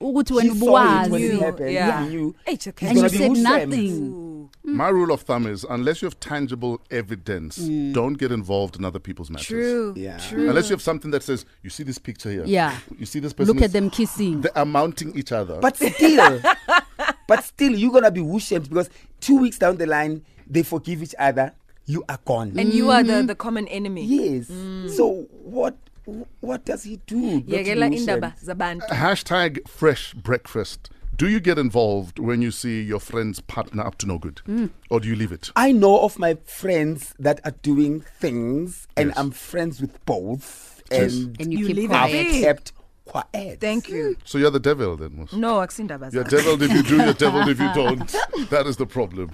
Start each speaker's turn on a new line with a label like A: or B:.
A: ukuthi
B: She
A: wena
B: saw it when
A: ubuwazi
B: it
C: You,
B: happened.
C: yeah.
B: He knew.
C: Hey, Jacob.
B: He's
A: and you
B: gonna be
A: said
B: Wusem.
A: nothing Mm.
D: My rule of thumb is unless you have tangible evidence,
A: Mm.
D: don't get involved in other people's matters.
C: True.
B: Yeah.
C: True.
D: Unless you have something that says, you see this picture here.
A: Yeah.
D: You see this person.
A: look at
D: is-
A: them kissing
D: They are mounting each other.
B: But still, but still, you're gonna be wooshed because two weeks down the line, they forgive each other. You are gone.
C: And you are the, the common enemy.
B: yes.
C: Mm.
B: So what? What does he do? not to
C: Yekela
B: be wooshed?
C: indaba zabantu.
D: Hashtag fresh breakfast. Do you get involved when you see your friend's partner up to no good?
A: Mm.
D: Or do you leave it?
B: I know of my friends that are doing things, and
D: Yes.
B: I'm friends with both,
D: Yes.
B: and,
A: and you,
C: You
A: keep
C: leave it
B: I've
A: quiet.
C: be.
B: kept quiet.
C: Thank you.
D: So you're
A: Mm.
D: the devil then. Mos.
C: No, akusindaba
D: You're
C: zabantu.
D: deviled if you do, you're deviled if you don't. That is the problem.